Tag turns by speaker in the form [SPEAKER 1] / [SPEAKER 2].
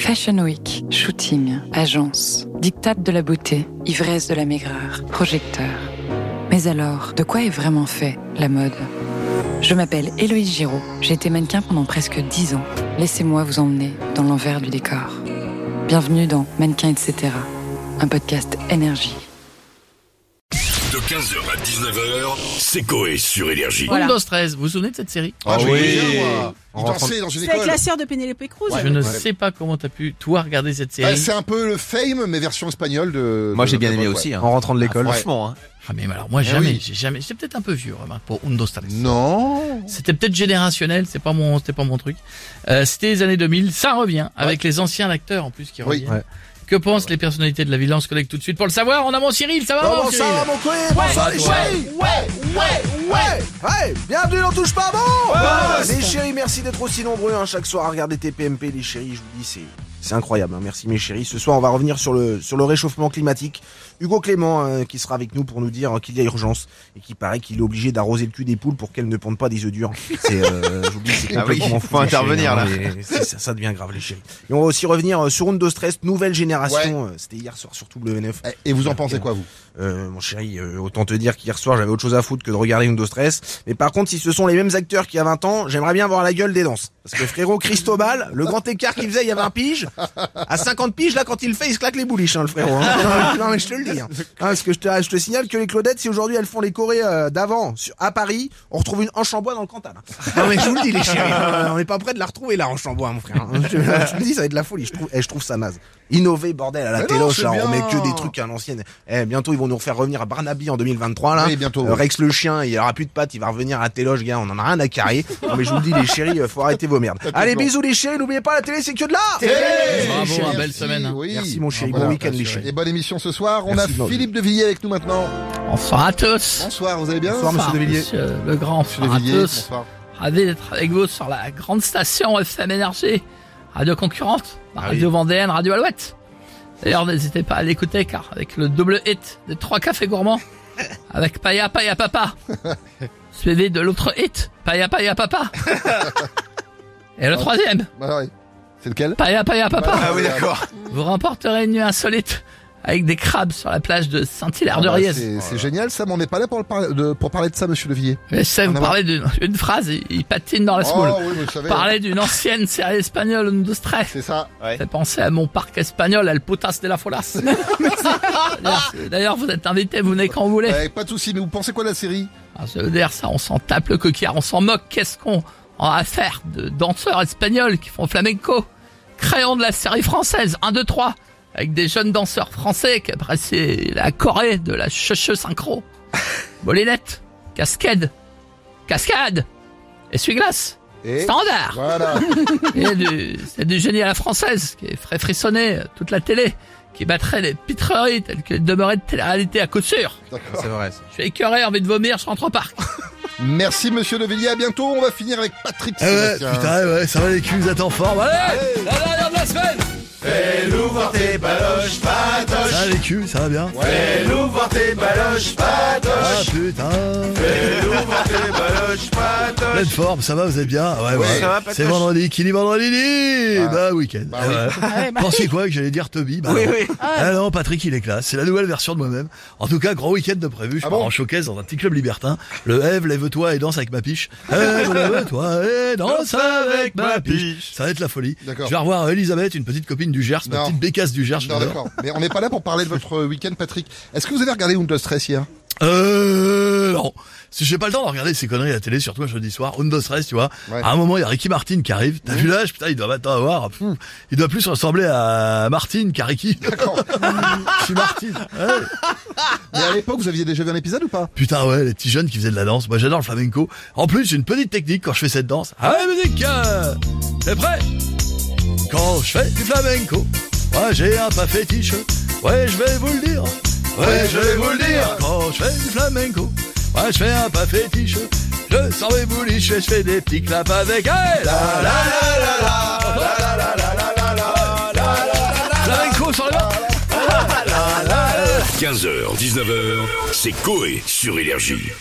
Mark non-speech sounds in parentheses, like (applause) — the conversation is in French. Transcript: [SPEAKER 1] Fashion Week, shooting, agence, dictate de la beauté, ivresse de la maigreur, projecteur. Mais alors, de quoi est vraiment fait la mode Je m'appelle Héloïse Giraud, j'ai été mannequin pendant presque 10 ans. Laissez-moi vous emmener dans l'envers du décor. Bienvenue dans Mannequin etc., un podcast énergie.
[SPEAKER 2] De 15h à 19h, c'est Coé sur Énergie.
[SPEAKER 3] Voilà. Windows 13, vous vous souvenez de cette série
[SPEAKER 4] Ah,
[SPEAKER 5] Ah
[SPEAKER 4] je
[SPEAKER 5] oui.
[SPEAKER 4] oui. Moi.
[SPEAKER 5] En
[SPEAKER 4] Il dansait dans une
[SPEAKER 3] C'est avec
[SPEAKER 4] école.
[SPEAKER 3] la sœur de Penelope Cruz.
[SPEAKER 4] Ouais. Ah,
[SPEAKER 3] Je
[SPEAKER 4] Je
[SPEAKER 3] ne
[SPEAKER 4] ne
[SPEAKER 3] sais pas comment t'as pu toi regarder cette
[SPEAKER 4] Ouais,
[SPEAKER 3] série.
[SPEAKER 4] Bah, c'est un peu le fame, mais version espagnole
[SPEAKER 6] Euh,
[SPEAKER 4] de.
[SPEAKER 5] Moi
[SPEAKER 4] de-
[SPEAKER 5] j'ai bien
[SPEAKER 4] de-
[SPEAKER 5] aimé
[SPEAKER 4] ouais.
[SPEAKER 5] aussi.
[SPEAKER 6] En rentrant de l'école.
[SPEAKER 4] Ouais.
[SPEAKER 6] hein. franchement, hein.
[SPEAKER 3] ah mais alors moi
[SPEAKER 4] Eh
[SPEAKER 3] jamais,
[SPEAKER 4] oui.
[SPEAKER 3] j'ai jamais. J'étais peut-être un peu vieux, remarque, pour Windows 13.
[SPEAKER 4] Non.
[SPEAKER 3] C'était peut-être générationnel, c'est pas mon, c'était pas mon truc. Euh, c'était les années 2000, ça revient avec les anciens acteurs en plus qui
[SPEAKER 4] Oui.
[SPEAKER 3] reviennent. Que pensent les personnalités de la ville On se connecte tout de suite pour le savoir. On a mon Cyril, Oh, ça va mon Cyril
[SPEAKER 6] mon coin, bonsoir les chéris Ouais, ouais, ouais Ouais, bienvenue dans Touche pas bon Les chéris, merci d'être aussi nombreux hein, chaque soir à regarder TPMP, les chéris, je vous dis, c'est... C'est incroyable, hein. merci mes chéris. Ce soir, on va revenir sur le, sur le réchauffement climatique. Hugo Clément, hein, qui sera avec nous pour nous dire hein, qu'il y a urgence et qui paraît qu'il est obligé d'arroser le cul des poules pour qu'elles ne pondent pas des œufs durs. C'est, euh, je vous dis, c'est
[SPEAKER 5] Ah oui,
[SPEAKER 6] complètement
[SPEAKER 5] faut
[SPEAKER 6] fou, les chéris,
[SPEAKER 5] intervenir,
[SPEAKER 6] hein,
[SPEAKER 5] là.
[SPEAKER 6] mais c'est- ça, ça devient grave, les chéris. Et on va aussi revenir euh, sur Windows 13, nouvelle génération. Euh, C'était hier soir sur W9.
[SPEAKER 4] Eh, Et vous en pensez quoi vous
[SPEAKER 6] Euh, mon chéri, euh, autant te dire qu'hier soir j'avais autre chose à foutre que de regarder Windows 13. Mais par contre, si ce sont les mêmes acteurs qu'il y a 20 ans, j'aimerais bien voir la gueule des danses. Parce que frérot Cristobal, le grand écart qu'il faisait il y a 20 piges, à 50 piges, là quand il le fait, il se claque les bouliches, hein, le frérot. hein. Non mais je te le dis. hein. Hein, parce que je te, je te signale que les Claudettes, si aujourd'hui elles font les Corées euh, d'avant sur- à Paris, on retrouve une hanche en bois dans le Cantal. (laughs) Non mais je vous le dis les chéris, euh, on n'est pas près de la retrouver la hanche en bois, mon frère. hein. Je, je te le dis, ça va être de la folie. Je trouve, eh, je trouve ça naze. Innover, bordel, à la
[SPEAKER 4] Mais
[SPEAKER 6] télé,
[SPEAKER 4] non, c'est
[SPEAKER 6] là, on
[SPEAKER 4] bien.
[SPEAKER 6] remet que des trucs truc à l'ancienne. Eh, bientôt, ils vont nous refaire revenir à Barnaby en 2023, là.
[SPEAKER 4] Oui, bientôt.
[SPEAKER 6] Euh, Rex le chien, il aura plus de pattes, il va revenir à Téloge, gars. On en a rien à carrer. non, mais je vous le dis, les chéris, euh, faut arrêter vos merdes. Allez,
[SPEAKER 4] blanc.
[SPEAKER 6] bisous, les chéris. N'oubliez pas, la télé, c'est que de l'art!
[SPEAKER 3] Bravo,
[SPEAKER 4] Chérie,
[SPEAKER 3] hein, belle
[SPEAKER 4] merci,
[SPEAKER 3] semaine, hein.
[SPEAKER 4] oui.
[SPEAKER 6] Merci, mon chéri,
[SPEAKER 4] Ah,
[SPEAKER 6] bon week-end,
[SPEAKER 4] bien
[SPEAKER 6] les
[SPEAKER 4] sûr.
[SPEAKER 6] chéris.
[SPEAKER 4] Et bonne émission ce soir. On
[SPEAKER 6] Merci de
[SPEAKER 4] a
[SPEAKER 6] nous-
[SPEAKER 4] Philippe de Villiers avec nous maintenant.
[SPEAKER 3] Bonsoir à tous.
[SPEAKER 4] Bonsoir, vous allez bien
[SPEAKER 6] Bonsoir, monsieur Devilliers.
[SPEAKER 3] Monsieur le grand,
[SPEAKER 4] Monsieur
[SPEAKER 3] bonsoir à
[SPEAKER 4] Devilliers,
[SPEAKER 3] tous.
[SPEAKER 4] bonsoir.
[SPEAKER 3] Ravi d'être avec vous sur la grande station FM Énergie, radio concurrente, la
[SPEAKER 6] Ah
[SPEAKER 3] radio Vendéenne, radio Alouette. D'ailleurs, n'hésitez pas à l'écouter car avec le double hit de trois cafés gourmands, avec Paya Paya Papa, suivi de l'autre hit, Paya Paya Papa, et le troisième,
[SPEAKER 4] Bah, ouais. C'est lequel
[SPEAKER 3] Paya Paya Papa,
[SPEAKER 4] Ah oui, d'accord.
[SPEAKER 3] vous remporterez une nuit insolite avec des crabes sur la plage de Saint-Hilaire-de-Riez.
[SPEAKER 4] Bah, Ah C'est c'est génial ça, mais on n'est pas là pour, le parler, de- pour parler de ça, monsieur Devilliers.
[SPEAKER 3] Mais je sais, vous
[SPEAKER 4] On a marre.
[SPEAKER 3] parlez d'une une phrase, il, il patine
[SPEAKER 6] Ah,
[SPEAKER 3] dans la semoule.
[SPEAKER 4] Ah oui, vous le savez.
[SPEAKER 3] Parlez d'une ancienne série espagnole, Windows 13.
[SPEAKER 4] C'est ça.
[SPEAKER 3] Fait penser à mon parc espagnol, El Putas de la Folas. D'ailleurs, D'ailleurs, vous êtes invité, vous venez quand vous voulez.
[SPEAKER 4] Eh, pas de soucis, mais vous pensez quoi de la série
[SPEAKER 3] Ah, Je veux dire, ça, on s'en tape le coquillard, on s'en moque. Qu'est-ce qu'on en a à faire de danseurs espagnols qui font flamenco Créons de la série française, 1, 2, 3, avec des jeunes danseurs français qui apprécient la Corée de la cheche synchro. Bolinette, cascade, cascade, essuie-glace,
[SPEAKER 4] Et
[SPEAKER 3] standard.
[SPEAKER 4] Voilà.
[SPEAKER 3] Et du- C'est du génie à la française qui ferait frissonner euh, toute la télé, qui battrait les pitreries telles que demeurait de télé-réalité à coup sûr.
[SPEAKER 4] D'accord.
[SPEAKER 6] C'est vrai, ça.
[SPEAKER 3] Je suis écœuré, envie de vomir, je rentre au parc.
[SPEAKER 4] Merci monsieur Devilliers, à bientôt. On va finir avec Patrick
[SPEAKER 5] Eh ouais,
[SPEAKER 4] Sébastien.
[SPEAKER 5] putain, ouais, ça va les culs, vous êtes en forme. hein. ouais.
[SPEAKER 3] Allez, la dernière de la semaine
[SPEAKER 5] Ça va les culs, ça va bien. Fais-nous voir tes baloches, patoches. Ah putain. Fais-nous voir tes baloches, patoches. Pleine forme, ça va, vous êtes bien Ouais, ouais.
[SPEAKER 6] ça va, patoche.
[SPEAKER 5] C'est vendredi, qui dit vendredi dit Bah, week-end.
[SPEAKER 4] Bah
[SPEAKER 5] Ah
[SPEAKER 4] oui.
[SPEAKER 5] ouais. Pensez quoi que j'allais dire Toby bah, non. Ah non, Patrick, il est classe. C'est la nouvelle version de moi-même. En tout cas, grand week-end de prévu. Je
[SPEAKER 4] Ah
[SPEAKER 5] pars
[SPEAKER 4] bon
[SPEAKER 5] en showcase dans un petit club libertin. Le Eve, lève-toi et danse avec
[SPEAKER 4] (laughs)
[SPEAKER 5] ma piche. Ève, lève-toi et danse avec ma piche. Ça va être la folie.
[SPEAKER 4] D'accord.
[SPEAKER 5] Je vais revoir Elisabeth, une petite copine du Gers, ma
[SPEAKER 4] Non.
[SPEAKER 5] petite bécasse du Gers. je
[SPEAKER 4] Non,
[SPEAKER 5] l'adore.
[SPEAKER 4] d'accord. Mais on n'est pas là pour parler de votre week-end, Patrick. Est-ce que vous avez regardé hein Windows 13 hier
[SPEAKER 5] Euh, non. Si j'ai pas le temps de regarder ces conneries à la télé, surtout un jeudi soir, Windows 13, tu vois.
[SPEAKER 4] Ouais. Mmh.
[SPEAKER 5] À un moment, il y a Ricky Martin qui arrive. T'as vu l'âge? Putain, il doit maintenant avoir, pff, il doit plus ressembler à Martin qu'à Ricky.
[SPEAKER 4] D'accord.
[SPEAKER 5] Je suis Martin. Ouais.
[SPEAKER 4] Mais à l'époque, vous aviez déjà vu un épisode ou pas
[SPEAKER 5] Putain, ouais, les petits jeunes qui faisaient de la danse. Moi, j'adore le flamenco. En plus, j'ai une petite technique quand je fais cette danse. Allez, musique! euh, T'es prêt? Quand je fais du flamenco, moi, j'ai un pas fétiche. Ouais, je vais vous le dire. Ouais, je vais vous le dire. Quand je fais du flamenco, moi, je fais un pas fétiche. Je sors mes bouliches et je fais des petits claps avec elle. La, la, la, la, la, la, la, la, la, la, la, la, la, la. Flamenco sur les mains.
[SPEAKER 2] 15h, 19h, c'est Coé sur Énergie.